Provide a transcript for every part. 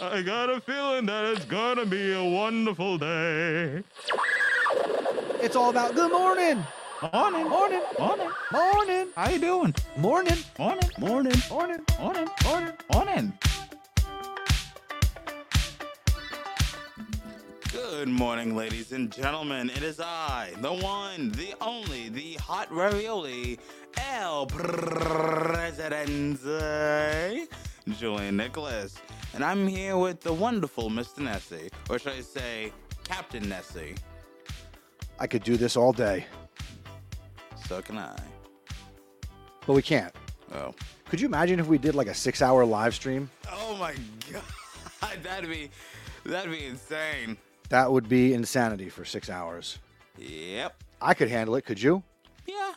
I got a feeling that it's gonna be a wonderful day. It's all about good morning, Morning, morning, morning. morning, How you doing? morning, Morning, morning, morning. morning, morning, morning. Good morning, ladies and gentlemen. It is I, the one, the only, the hot ravioli, El Presidente, Julian Nicholas. And I'm here with the wonderful Mr. Nessie, or should I say, Captain Nessie. I could do this all day, So can I. but we can't. Oh. Could you imagine if we did like a six-hour live stream? Oh my god, that'd be that'd be insane. That would be insanity for six hours. Yep. I could handle it. Could you? Yeah.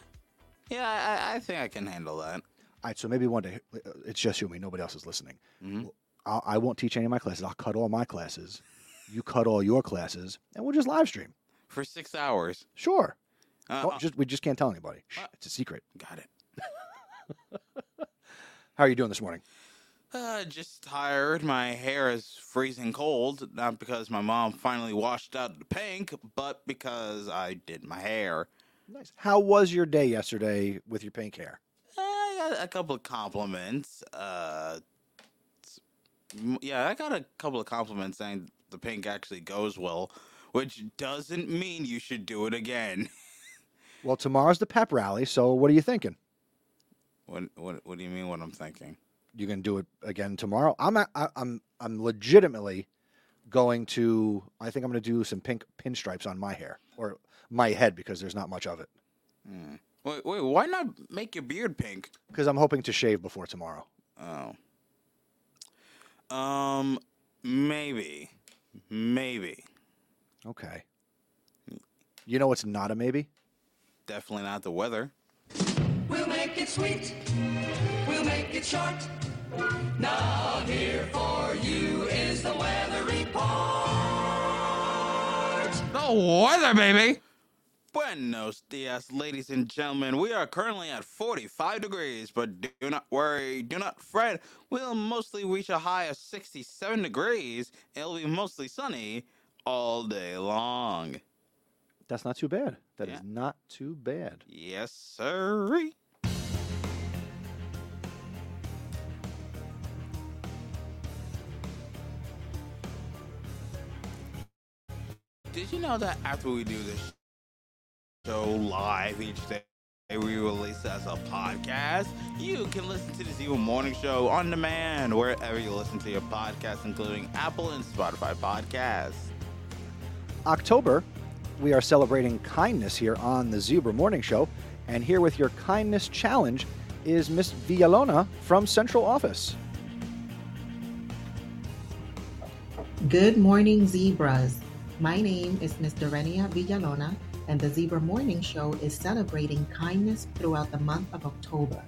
Yeah, I, I- I think I can handle that. All right. So maybe one day uh, it's just you and me. Nobody else is listening. I'll, I won't teach any of my classes. I'll cut all my classes. You cut all your classes, and we'll just live stream. For six hours. Sure. Uh, Oh, just we just can't tell anybody. Shh, it's a secret. got it. How are you doing this morning? Uh, just tired. My hair is freezing cold. Not because my mom finally washed out the pink, but because I did my hair. Nice. How was your day yesterday with your pink hair? Uh, I got a couple of compliments. Uh, s- m- yeah, I got a couple of compliments saying the pink actually goes well, which doesn't mean you should do it again. Well, tomorrow's the pep rally, so what are you thinking? What what what do you mean? What I'm thinking? You gonna do it again tomorrow? I'm a- I, I'm I'm legitimately going to. I think I'm gonna do some pink pinstripes on my hair or my head because there's not much of it. Hmm. Wait wait, why not make your beard pink? Because I'm hoping to shave before tomorrow. Oh. Um, maybe, maybe, Okay. You know what's not a maybe? definitely not the weather. We'll make it sweet. We'll make it short. Now here for you is the weather report. The weather, baby. Buenos dias, ladies and gentlemen. We are currently at 45 degrees, but do not worry, do not fret. We'll mostly reach a high of 67 degrees. It'll be mostly sunny all day long. That's not too bad. That is Yeah. not too bad. Yes, sir. Did you know that after we do this show live each day, we release it as a podcast? You can listen to the Zero Morning Show on demand wherever you listen to your podcast, including Apple and Spotify podcasts. October, we are celebrating kindness here on the Zebra Morning Show. And here with your kindness challenge is Miss Villalona from Central Office. Good morning, zebras. My name is Ms. Dorenia Villalona, and the Zebra Morning Show is celebrating kindness throughout the month of October.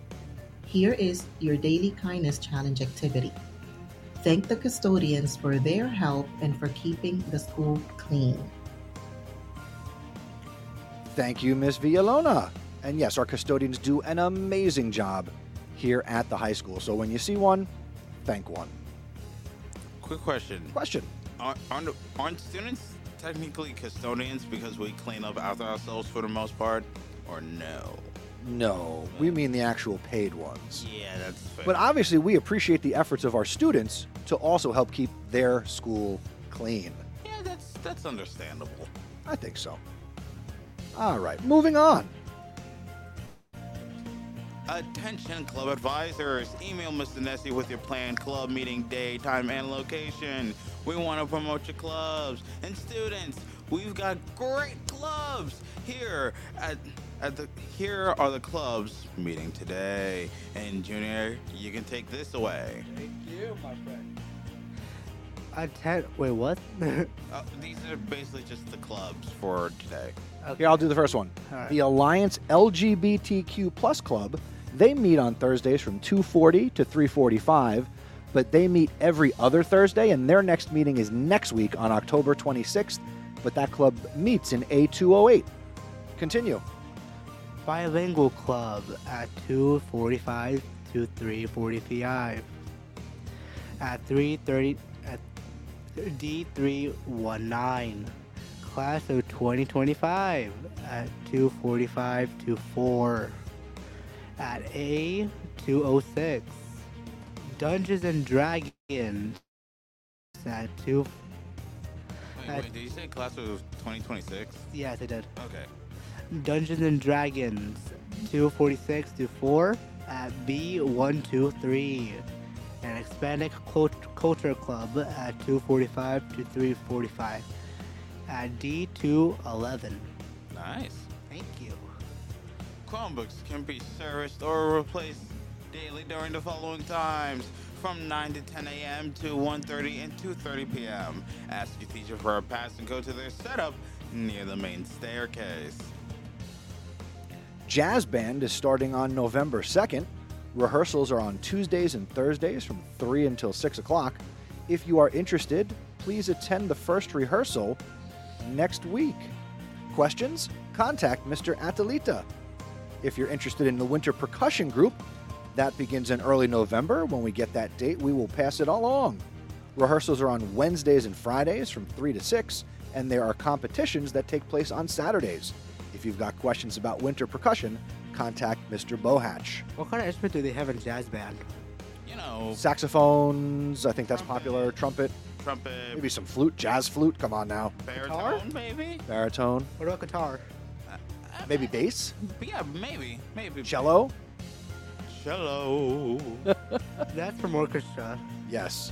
Here is your daily kindness challenge activity. Thank the custodians for their help and for keeping the school clean. Thank you, Miss Villalona. And yes, our custodians do an amazing job here at the high school. So when you see one, thank one. Quick question. Question. aren't, aren't aren't students technically custodians because we clean up after ourselves for the most part, or no? No, we mean the actual paid ones. Yeah, that's fair. But obviously, we appreciate the efforts of our students to also help keep their school clean. yeah, that's that's understandable. I think so. All right, moving on. Attention, club advisors. Email Mr. Nessie with your planned club meeting day, time, and location. We want to promote your clubs. And students, we've got great clubs here at. At the, here are the clubs meeting today. And Junior, you can take this away. Atten- Wait, what? okay. Uh, these are basically just the clubs for today. Here, I'll do the first one. All right. The Alliance LGBTQ Plus Club. They meet on Thursdays from 2:40 to 3:45, but they meet every other Thursday, and their next meeting is next week on October 26th. But that club meets in A208. Continue. Bilingual club at 2:45 to 3:45. at 3:30 at D319, class of 2025 at 2:45 to 4, at A206, Dungeons and Dragons at 2. Wait, wait, did you say class was 2026? Yes, I did. Okay. Dungeons and Dragons 246 to 4 at B123 and Hispanic Cult- Culture Club at 245 to 345 at D211. Nice. Thank you. Chromebooks can be serviced or replaced daily during the following times from 9 to 10 a.m. to 1.30 and 2.30 p.m. Ask your teacher for a pass and go to their setup near the main staircase. Jazz Band is starting on November 2nd. Rehearsals are on Tuesdays and Thursdays from 3 until 6 o'clock. If you are interested, please attend the first rehearsal next week. Questions? Contact Mr. Atalita. If you're interested in the Winter Percussion Group, that begins in early November. When we get that date, we will pass it along. Rehearsals are on Wednesdays and Fridays from 3 to 6, and there are competitions that take place on Saturdays. If you've got questions about winter percussion, contact Mr. Bohatch. What kind of instrument do they have in jazz band? You know, Saxophones, I think that's popular. Trumpet, trumpet, maybe some flute, jazz flute. Come on now. baritone, maybe? Baritone, What about guitar? maybe bass, Uh, Yeah, maybe, maybe. cello. Cello. That's from orchestra. Yes.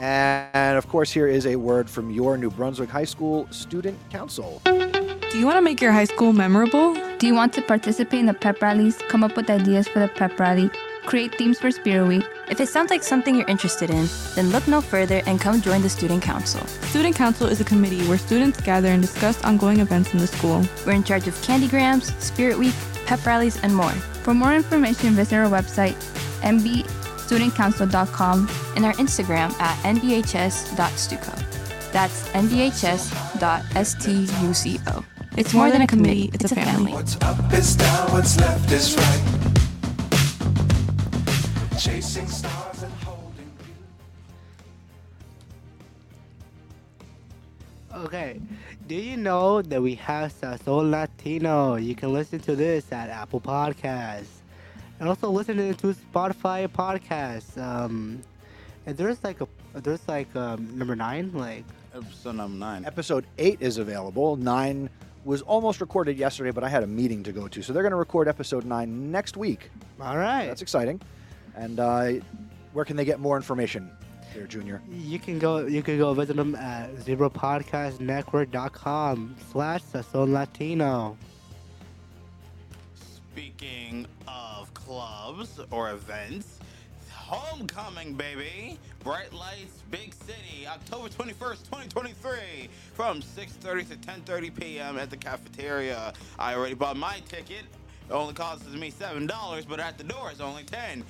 And of course, here is a word from your New Brunswick High School Student Council. Do you want to make your high school memorable? Do you want to participate in the pep rallies? Come up with ideas for the pep rally. Create themes for Spirit Week. If it sounds like something you're interested in, then look no further and come join the Student Council. Student Council is a committee where students gather and discuss ongoing events in the school. We're in charge of Candygrams, Spirit Week, pep rallies, and more. For more information, visit our website, mbstudentcouncil.com. And our Instagram at nbhs.stuco. That's nbhs.stuco. It's more than a committee, it's a family. What's up is down, what's left is right. Chasing stars and holding you. Okay, do you know that we have Sazon Latino? You can listen to this at Apple Podcasts. And also listen to it to Spotify podcasts. Um, and there's like a there's like um, number nine, like Episode number 9. Episode 8 is available. 9 was almost recorded yesterday, but I had a meeting to go to. So they're going to record episode 9 next week. all right. That's exciting. And uh, where can they get more information, there, Junior? you can go you can go visit them at zebrapodcastnetwork.com slash Sazon Latino. Speaking of clubs or events, homecoming, baby! Bright lights, big city, October 21st, 2023, from 6:30 to 10:30 p.m. at the cafeteria. I already bought my ticket. It only costs me seven dollars, but at the door it's only ten.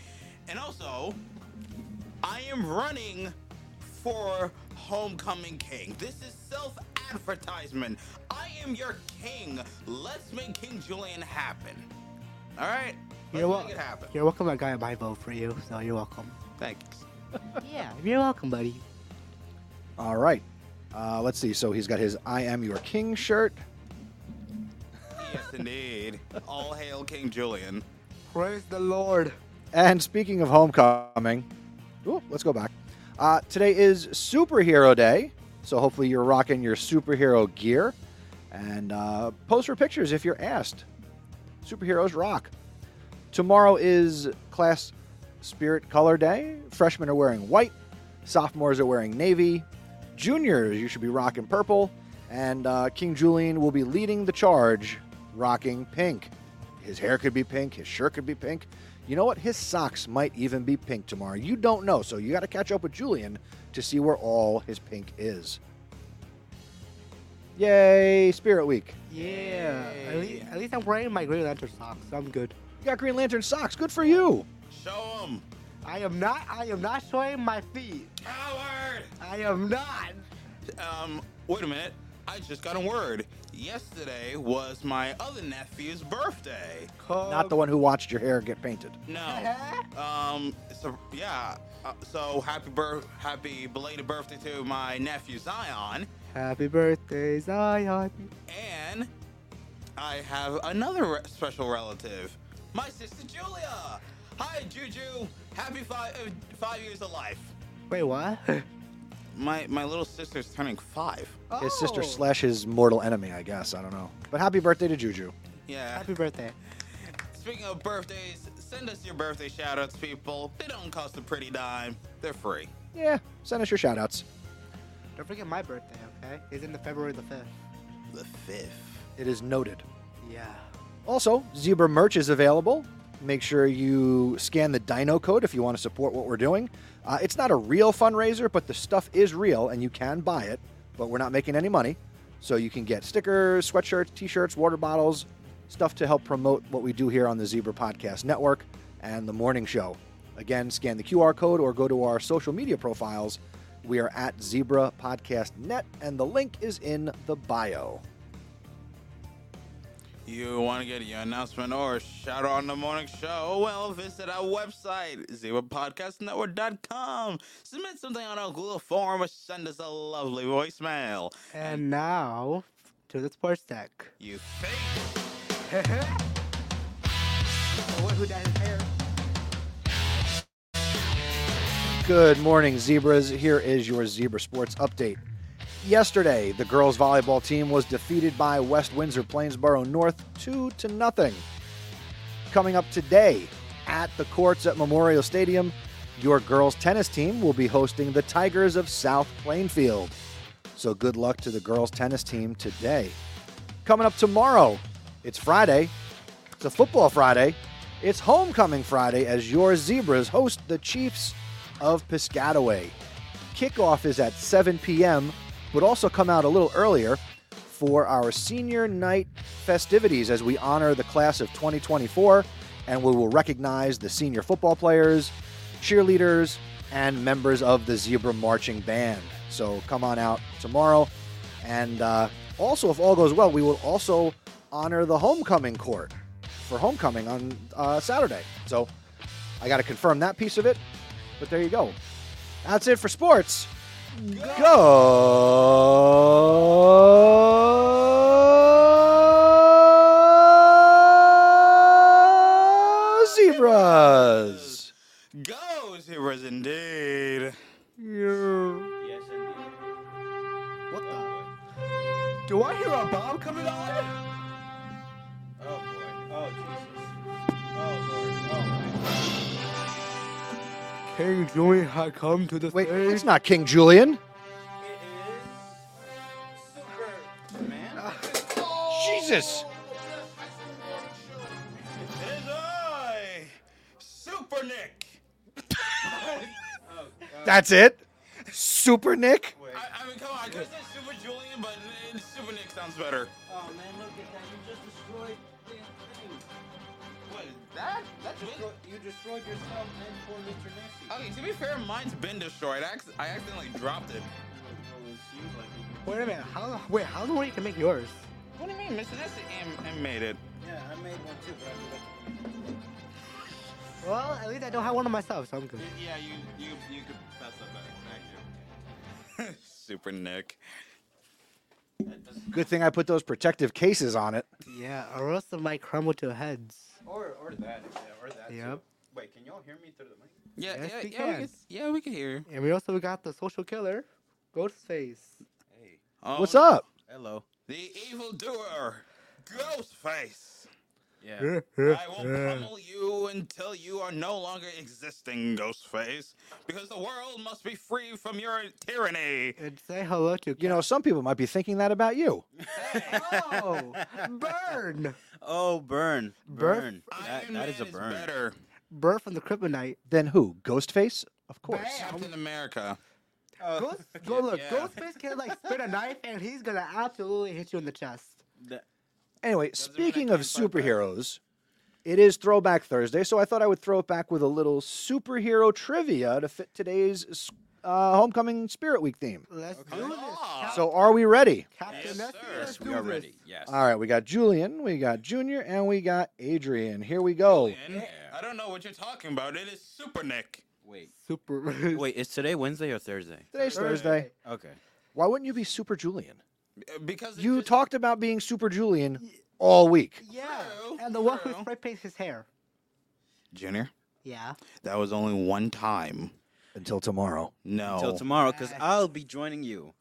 And also, I am running for Homecoming King. This is self advertisement. I am your king. Let's make King Julian happen. All right? Let's You're, wel- make it happen. you're welcome. I got my vote for you, so you're welcome. Thanks. Yeah, you're welcome, buddy. All right. Uh, let's see. So he's got his I Am Your King shirt. yes, indeed. All hail King Julian. Praise the Lord. And speaking of homecoming, ooh, let's go back. Uh, today is Superhero Day, so hopefully you're rocking your superhero gear and uh, post for pictures if you're asked. Superheroes rock. Tomorrow is Class Spirit Color Day. Freshmen are wearing white, sophomores are wearing navy, juniors, you should be rocking purple, and uh, King Julian will be leading the charge rocking pink. His hair could be pink, his shirt could be pink. You know what? His socks might even be pink tomorrow. You don't know, so you got to catch up with Julian to see where all his pink is. Yay, Spirit Week. Yeah. At, least, at least I'm wearing my Green Lantern socks, so I'm good. You got Green Lantern socks. Good for you. Show him. I am not. I am not showing my feet. Howard! I am not. Um, wait a minute. I just got a word. Yesterday was my other nephew's birthday. Not the one who watched your hair get painted. No. um. So yeah. Uh, so happy birth, happy belated birthday to my nephew Zion, Happy birthday, Zion. and I have another re- special relative, my sister Julia. Hi, Juju. Happy five uh, five years of life. Wait, what? My my little sister's turning five. His Oh. sister slash his mortal enemy, I guess. I don't know. But happy birthday to Juju. Yeah. Happy birthday. Speaking of birthdays, send us your birthday shoutouts, people. They don't cost a pretty dime. They're free. Yeah, send us your shout outs. Don't forget my birthday, okay? It's in the February the 5th. The fifth. It is noted. Yeah. Also, Zebra merch is available. Make sure you scan the Dino code if you want to support what we're doing. Uh, it's not a real fundraiser, but the stuff is real and you can buy it, but we're not making any money. So you can get stickers, sweatshirts, t shirts, water bottles, stuff to help promote what we do here on the Zebra Podcast Network and the morning show. Again, scan the QR code or go to our social media profiles. We are at Zebra Podcast Net, and the link is in the bio. You want to get your announcement or shout out on the morning show? Well, visit our website, zebrapodcastnetwork.com. Submit something on our Google form or send us a lovely voicemail. And now to the sports deck. You fake. who dyed his hair? Good morning, Zebras. Here is your Zebra Sports update. Yesterday, the girls' volleyball team was defeated by West Windsor Plainsboro North 2 to nothing. Coming up today at the courts at Memorial Stadium, your girls' tennis team will be hosting the Tigers of South Plainfield. So good luck to the girls' tennis team today. Coming up tomorrow, it's Friday, it's a football Friday. It's homecoming Friday as your Zebras host the Chiefs of Piscataway. Kickoff is at 7 p.m., but also come out a little earlier for our senior night festivities as we honor the class of 2024 and we will recognize the senior football players, cheerleaders, and members of the Zebra Marching Band. So come on out tomorrow. And uh, also, if all goes well, we will also honor the homecoming court for homecoming on uh, Saturday. So I got to confirm that piece of it. But there you go. That's it for sports. Go Zebras. Goes he was indeed. Yes, indeed. What the? Do I hear a bomb coming on? Oh boy. Oh Jesus. Oh Lord. Oh. King Julian had come to the Wait, it's not King Julian. Man. Ah. Jesus. It is I, Super Nick. That's it. Super I, Nick. I mean, come on, I could have said Super Julian, but uh, Super Nick sounds better. Oh man, look at that! You just destroyed the thing. What, that? That's Destroy- You destroyed yourself and poor Mr. Nessie. Okay, to be fair, mine's been destroyed. I, acc- I accidentally dropped it. Well, it seems like it. Wait a minute. How? Wait, how the way you can make yours? What do you mean, Mr. Nessie? Em, em made it. Yeah, I made one too, but I forgot. Well, at least I don't have one of myself, so I'm good. Yeah, you you you could pass that back. Thank you. Super Nick. Good thing I put those protective cases on it. Yeah, or else it might crumble to heads. Or or that, yeah, or that. too. Yep. Wait, can y'all hear me through the mic? Yeah, yeah, Yes, we yeah, we can. can, yeah. We can hear. And we also got the social killer, Ghostface. Hey, Oh, What's up? hello. The evil doer, Ghostface. Yeah. I will pummel you until you are no longer existing, Ghostface, because the world must be free from your tyranny. and say hello to You know, some people might be thinking that about you. Oh, burn! Oh, burn, burn. That, that Iron Man is a burn. better. Burn from the kryptonite. Then who? Ghostface? Of course. Captain America. Oh, Ghost, go look. yeah. Ghostface can like spit a knife, and he's gonna absolutely hit you in the chest. that- Anyway, mean I speaking of can't fight back. superheroes, It is Throwback Thursday, so I thought I would throw it back with a little superhero trivia to fit today's uh, Homecoming Spirit Week theme. Let's do this. Cap- So, are we ready? Captain, let's, let's Yes, do we are this. ready. Yes. All right, we got Julian, we got Junior, and we got Adrian. Here we go. And I don't know what you're talking about. It is Super Nick. Wait. Super. Wait, is today Wednesday or Thursday? Today's Thursday. Okay. Why wouldn't you be Super Julian? Uh, Because it You just- talked about being Super Julian all week. yeah. True, And the one who true. spray paints his hair. Junior. Yeah. That was only one time. Until tomorrow. No. Oh. Till tomorrow, because I'll be joining you.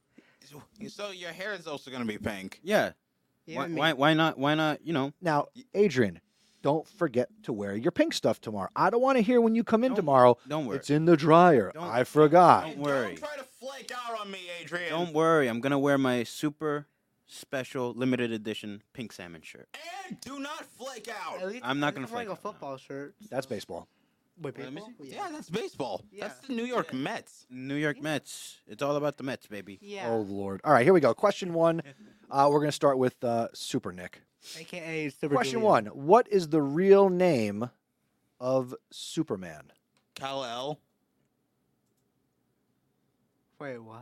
So your hair is also gonna be pink. Yeah. You why, and me. why? Why not? Why not? You know. Now, Adrian, don't forget to wear your pink stuff tomorrow. I don't want to hear when you come in Don't- tomorrow. don't worry. It's in the dryer. Don't- I forgot. Don't worry. Don't try to flake out on me, Adrian. Don't worry. I'm gonna wear my super special limited edition pink salmon shirt. And do not flake At out. least, I'm not at least gonna flake wearing a out now. football shirt. That's baseball. Wait, Let me baseball? see. Yeah, that's baseball. That's Yeah. the New York Mets. New York Mets. It's all about the Mets, baby. Yeah. Oh Lord. All right, here we go. Question one. Uh, we're gonna start with uh, Super Nick. AKA Super Question one. Julian. What is the real name of Superman? Kal El. Wait, what?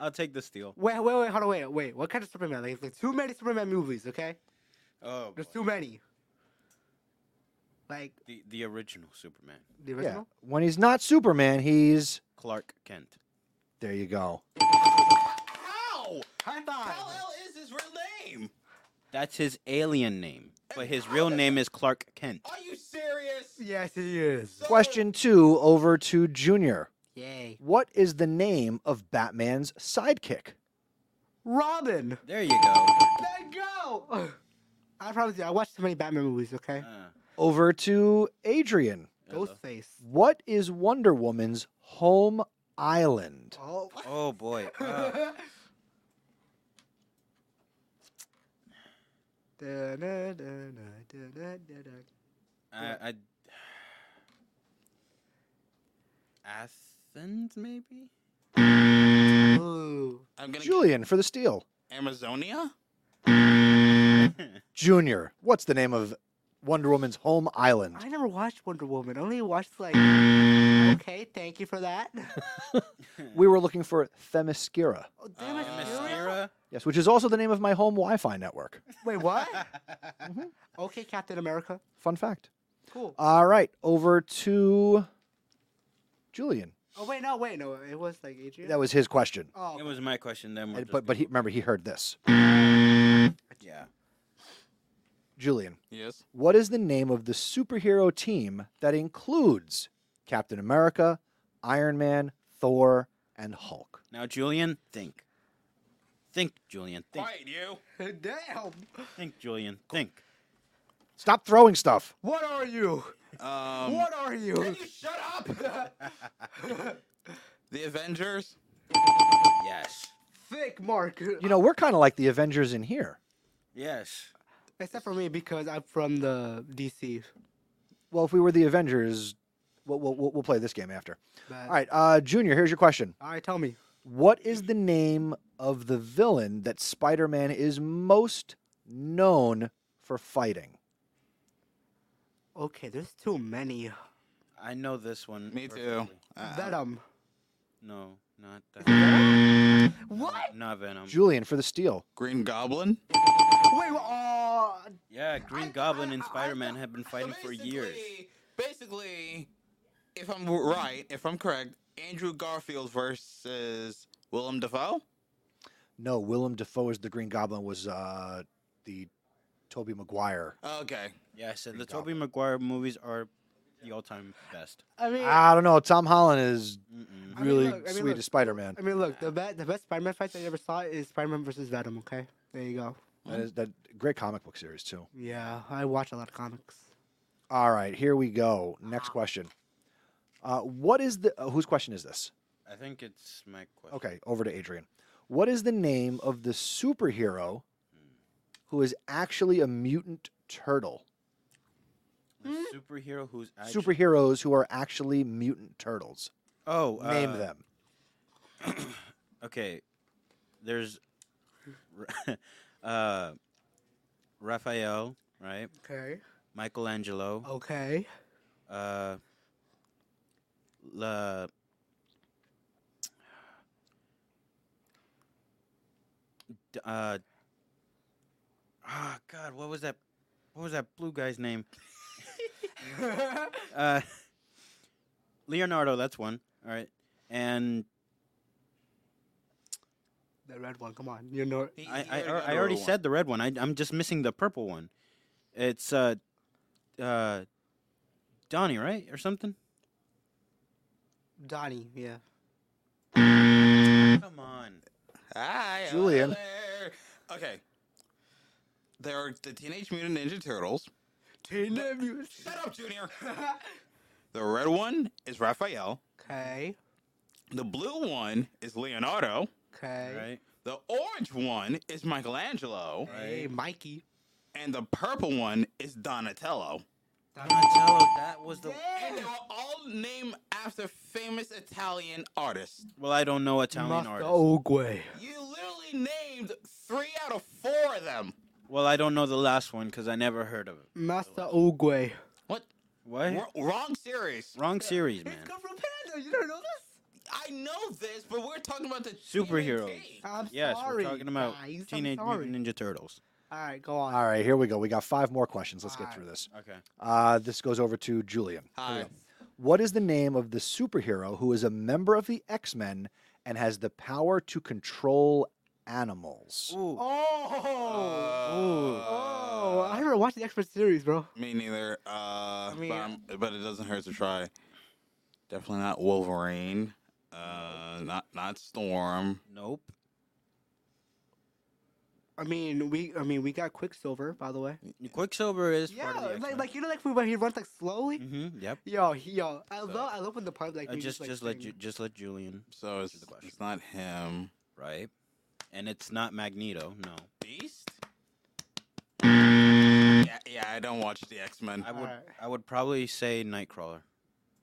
I'll take the steal. Wait, wait, wait, hold on, wait, wait. What kind of Superman? Like, like too many Superman movies, okay? Oh, There's too many. Like the the original Superman, the original. Yeah. When he's not Superman, he's Clark Kent. there. You go. How? High five. Kal El is his real name. That's his alien name, but his real name is Clark Kent. Are you serious? Yes, he is. So- Question two. Over to Junior. Yay. What is the name of Batman's sidekick? Robin. There you go. Let go. I promise you, I watched too many Batman movies. Okay. Uh, Over to Adrian. hello. Ghostface. What is Wonder Woman's home island? Oh. Oh boy. Uh, Da-da-da-da-da-da-da. I, I, Athens, maybe? Ooh. I'm gonna Julian for the steal. get Amazonia. Junior. What's the name of Wonder Woman's home island? I never watched Wonder Woman. I only watched like. okay, thank you for that. We were looking for Themyscira. oh, damn it, Uh, Sarah. Mascara? Yes, which is also the name of my home Wi-Fi network. Wait, what? Okay, Captain America. Fun fact. Cool. All right, over to Julian. oh wait, no, wait, no. It was like Adrian. That was his question. oh, It was my question. Then, we're And- just but but he gonna- remember he heard this. yeah. Julian, Yes. what is the name of the superhero team that includes Captain America, Iron Man, Thor, and Hulk? Now, Julian, think, think, Julian, think, Fight you. damn. think, Julian, think. Stop throwing stuff. What are you? Um, what are you? Can you shut up? the Avengers. Yes. Thick Mark. You know, we're kind of like the Avengers in here. Yes. Except for me because I'm from the DC. Well, if we were the Avengers, we'll, we'll, we'll we'll play this game after. But, All right, uh, Junior, here's your question. All right, tell me. What is the name of the villain that Spider Man is most known for fighting? Okay, there's too many. I know this one. Me too. perfectly. Uh, Venom. No, not that. What? not Venom. Julian for the steal. Green Goblin. Wait, oh, yeah, Green Goblin and Spider-Man have been fighting for years. basically- Basically, if I'm right, if I'm correct, Andrew Garfield versus Willem Dafoe. No, Willem Dafoe as the Green Goblin was uh, the Toby Maguire. Okay. Yes, and the Tobey Maguire movies are the all-time best. I mean, I don't know. Tom Holland is Mm-mm. I mean, really look, I mean, sweet look. as Spider Man. I mean, look, the best, the best Spider-Man fight that I ever saw is Spider-Man versus Venom. Okay, there you go. That is that great comic book series too. Yeah, I watch a lot of comics. All right, here we go. Uh-huh. Next question. Uh, what is the uh, whose question is this? I think it's my question. Okay, over to Adrian. What is the name of the superhero who is actually a mutant turtle? A superhero who's actually... Superheroes who are actually mutant turtles. Oh, Name uh, them. Okay, there's uh, Raphael, right? Okay. Michelangelo. Okay. Uh, La. D- Uh, ah, God, what was that? What was that blue guy's name? uh, Leonardo, that's one. All right, and The red one. Come on. You know. I, I, al- I already said the red one. I, I'm just missing the purple one. It's uh, uh, Donnie, right, or something. Donnie. Yeah. Come on. Hi, hello Julian. there. Okay. There are the Teenage Mutant Ninja Turtles. Shut up, Junior. The red one is Raphael. Okay. The blue one is Leonardo. Okay. Right. The orange one is Michelangelo. Hey, Mikey. And the purple one is Donatello. Donatello. That was the. And they were all named after famous Italian artists. Well, I don't know Italian artists. Ogwe. You literally named three out of four of them. Well, I don't know the last one because I never heard of it. Master Ogwe. What? What? Wr- wrong series. Wrong series, man. Kung Fu Panda. You don't know this? I know this, but we're talking about the Superheroes. TMNT. I'm Yes, sorry. we're talking about guys, I'm Teenage sorry. Mutant Ninja Turtles. All right, go on. All right, here we go. We got five more questions. Let's get Five. through this. Okay. Uh, this goes over to Julian. Hi. Uh, What is the name of the superhero who is a member of the X Men and has the power to control animals? Ooh. Oh, Uh, Oh, I never watched the X Men series, bro. Me neither. Uh, mean- but, I'm- but it doesn't hurt to try. Definitely not Wolverine. Uh, not not Storm. Nope. Oh. I mean, we, I mean, we got Quicksilver, by the way. Quicksilver is Yeah, part of the like, X-Men. like you know, like when he runs like slowly. Mm-hmm. Yep. Yo, he, yo, I love, I love when the part like Uh, we just like, just let sing. you just let Julian So it's, the question. it's not him. right, and it's not Magneto. No, Beast. Yeah, yeah. I don't watch the X Men. Mm. I would Alright. I would probably say Nightcrawler.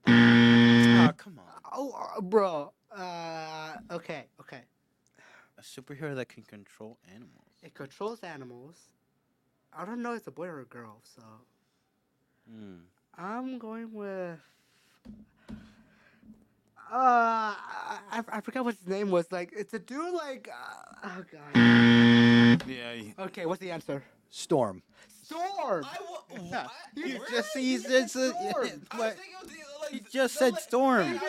Mm. Ah, come on, Oh, uh, bro. Uh, okay, okay. a superhero that can control animals. It controls animals. I don't know if it's a boy or a girl, so Mm. Hmm. I'm going with. Uh, I, I I forgot what his name was. Like, it's a dude. Like, uh, oh god. Yeah. y- Okay, what's the answer? Storm. Storm. I wa- what? You Really? just he's said it's a, Storm. I was but thinking of the- like, he just the- said like- Storm.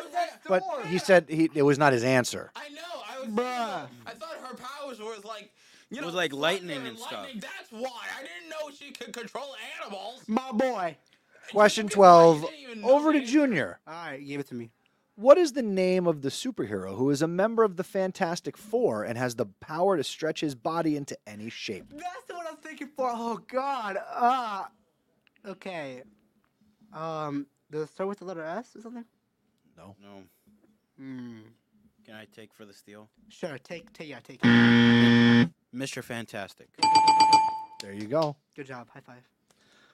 But he said he, it was not his answer. I know. I was. Bruh. Bruh. I thought her powers was like, you It know, was like thunder lightning and stuff. lightning. That's why I didn't know she could control animals. My boy. Question Why you 12. didn't even know Over to me? Junior. All right, give it to me. What is the name of the superhero who is a member of the Fantastic Four and has the power to stretch his body into any shape? That's the one I'm thinking for. Oh God. Uh Okay. Um. Does it start with the letter S or something? no. Mm. Hmm. Can I take for the steal, Sure. Take. Take. Yeah. Take. it. Mister Fantastic? There you go. Good job. High five.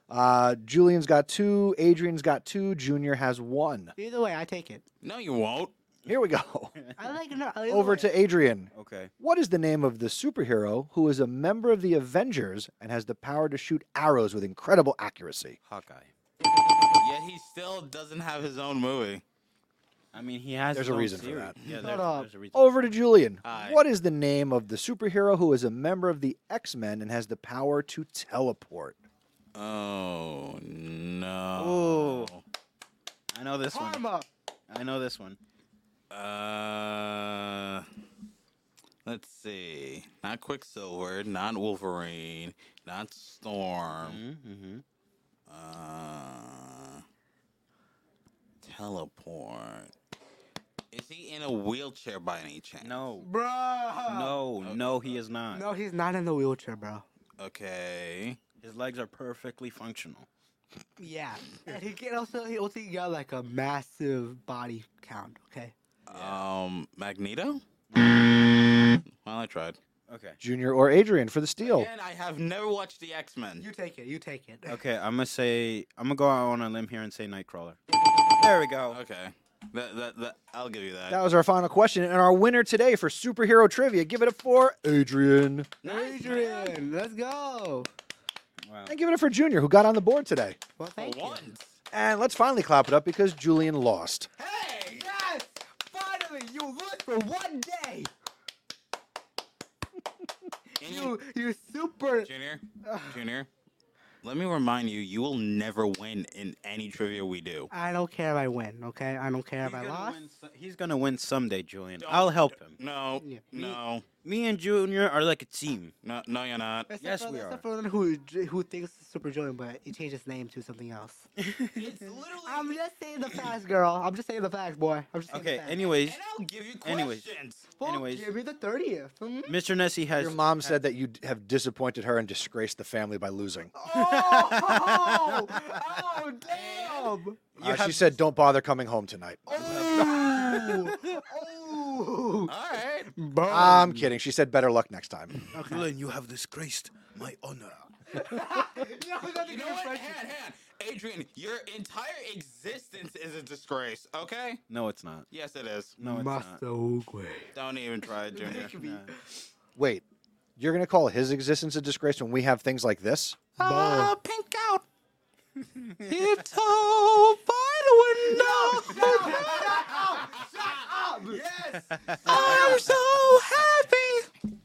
Uh, Julian's got two. Adrian's got two. Junior has one. Either way, I take it. No, you won't. Here we go. I like it. No, either Over way. to Adrian. Okay. What is the name of the superhero who is a member of the Avengers and has the power to shoot arrows with incredible accuracy? Hawkeye. Yet he still doesn't have his own movie. I mean, he has. There's his a own reason for series. that. Yeah, Shut there's, up. Oh, there's a reason. Over to Julian. Hi. What is the name of the superhero who is a member of the X Men and has the power to teleport? Oh no. Ooh. I know this one. Karma. I know this one. Uh, let's see. Not Quicksilver. Not Wolverine. Not Storm. Mm-hmm. Uh, teleport. Is he in a wheelchair by any chance? No. Bruh. No, no, he is not. No, he's not in the wheelchair, bro. Okay. His legs are perfectly functional. Yeah. And he can also he also got like a massive body count. Okay. Um, Magneto. Well, I tried. Okay. Junior or Adrian for the steal? And I have never watched the X Men. You take it. You take it. Okay, I'm gonna say I'm gonna go out on a limb here and say Nightcrawler. There we go. Okay. That, that, that, I'll give you that. That was our final question. And our winner today for superhero trivia, give it up for Adrian. Adrian, let's go. Wow. And give it up for Junior, who got on the board today. Well, thank you. And let's finally clap it up because Julian lost. Yes! Finally, you lost for one day. Mm. you, you super. Junior, Ah. Junior, let me remind you, you will never win in any trivia we do. I don't care if I win, okay? I don't care if I gonna lost. win so- he's gonna win someday, Julian. I'll help him. No, no, Me and Junior are like a team. no, no, you're not. Except Yes, for, we except are. for the one who j- who thinks it's Super Junior, but he changed his name to something else. I'm just saying the facts, girl. I'm just saying the facts, boy. I'm just saying Okay. The facts. Anyways, I'll give you Anyways. Fuck, anyways. give me the thirtieth. Mhm. Mr. Nessie has. Your mom said that you d- have disappointed her and disgraced the family by losing. Oh, oh, damn. Uh, she said, don't bother coming home tonight. Oh, oh. All right. Ah. I'm kidding. She said, better luck next time. Julian, you have disgraced my honor. No, we got the You know good what? friendship. Hand, hand. Adrian, your entire existence is a disgrace, okay? No, it's not. Yes, it is. No, it's not. Masaugwe. Don't even try it, Junior. Wait, you're going to call his existence a disgrace when we have things like this? Ah, pink out. it's all by the window. Yes. I'm so happy.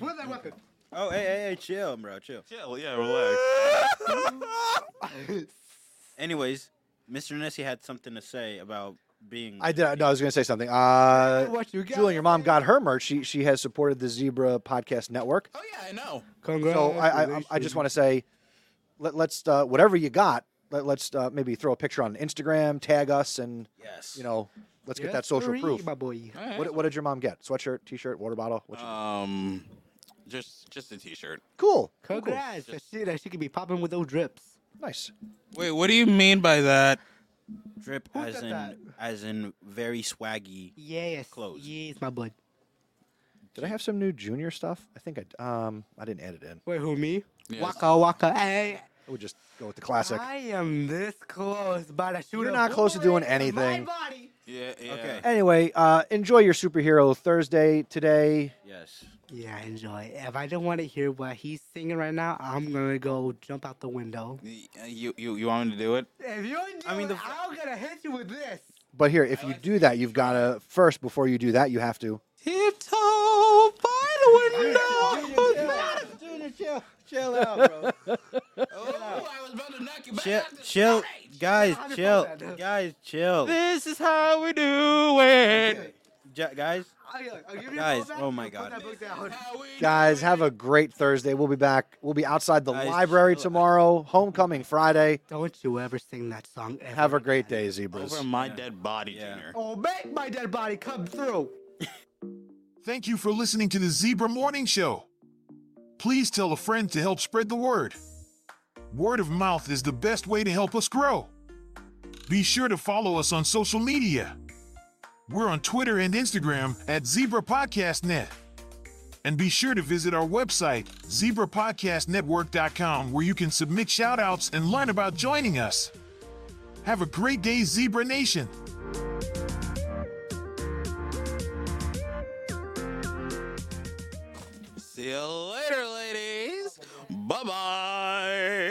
Where's that weapon? Oh, hey, hey, hey, chill, bro, chill. Chill, yeah, relax. Anyways, Mr. Nessie had something to say about being. I did. No, I was going to say something. Uh, What you got? Julian, your mom got her merch. She, she has supported the Zebra Podcast Network. Oh yeah, I know. So I, I, I just want to say, let, let's, uh, whatever you got, let, let's uh, maybe throw a picture on Instagram, tag us, and, Yes. you know, let's get that social proof. my boy. What, what did your mom get? Sweatshirt, t-shirt, water bottle? What you- Um, just just a t-shirt. cool. Congrats. That shit that she could be popping with those drips. Nice. Wait, what do you mean by that? drip Who as said in that? as in very swaggy. Yes. Close. Yes, my boy. Did I have some new junior stuff? I think I um I didn't add it in. Wait, who me? Yes. Waka waka. Hey, I would just go with the classic. I am this close, but I shoot. You're a not close to boomerang doing at my anything. body. Yeah, yeah. Okay. Anyway, uh, enjoy your superhero Thursday today. Yes. Yeah, I enjoy. it. If I don't want to hear what he's singing right now, I'm gonna go jump out the window. Y- uh, You you you want me to do it? If you do I mean, the it, f- I'm gonna hit you with this. But here, if you do that, you've got to first before you do that, you have to. Tiptoe by the Junior, chill, chill out, bro. Oh, I was about to knock you back. Chill, out the chill, stage. guys, How do you chill, call that? guys, chill, This is how we do it. Ju- guys. I'll, I'll give you a Guys, call back, oh my I'll put God. that book down. How we Guys, have a great Thursday. We'll be back. We'll be outside the Guys, library chill out. tomorrow. Homecoming Friday. Don't you ever sing that song ever. Have a great again. day, do it. zebras. over my dead body, Yeah. Junior. Oh, make my dead body come through. Thank you for listening to the Zebra Morning Show. Please tell a friend to help spread the word. Word of mouth is the best way to help us grow. Be sure to follow us on social media. We're on Twitter and Instagram at Zebra Podcast Net. And be sure to visit our website, zebrapodcastnetwork.com, where you can submit shout outs and learn about joining us. Have a great day, Zebra Nation. See you later, ladies. Bye bye.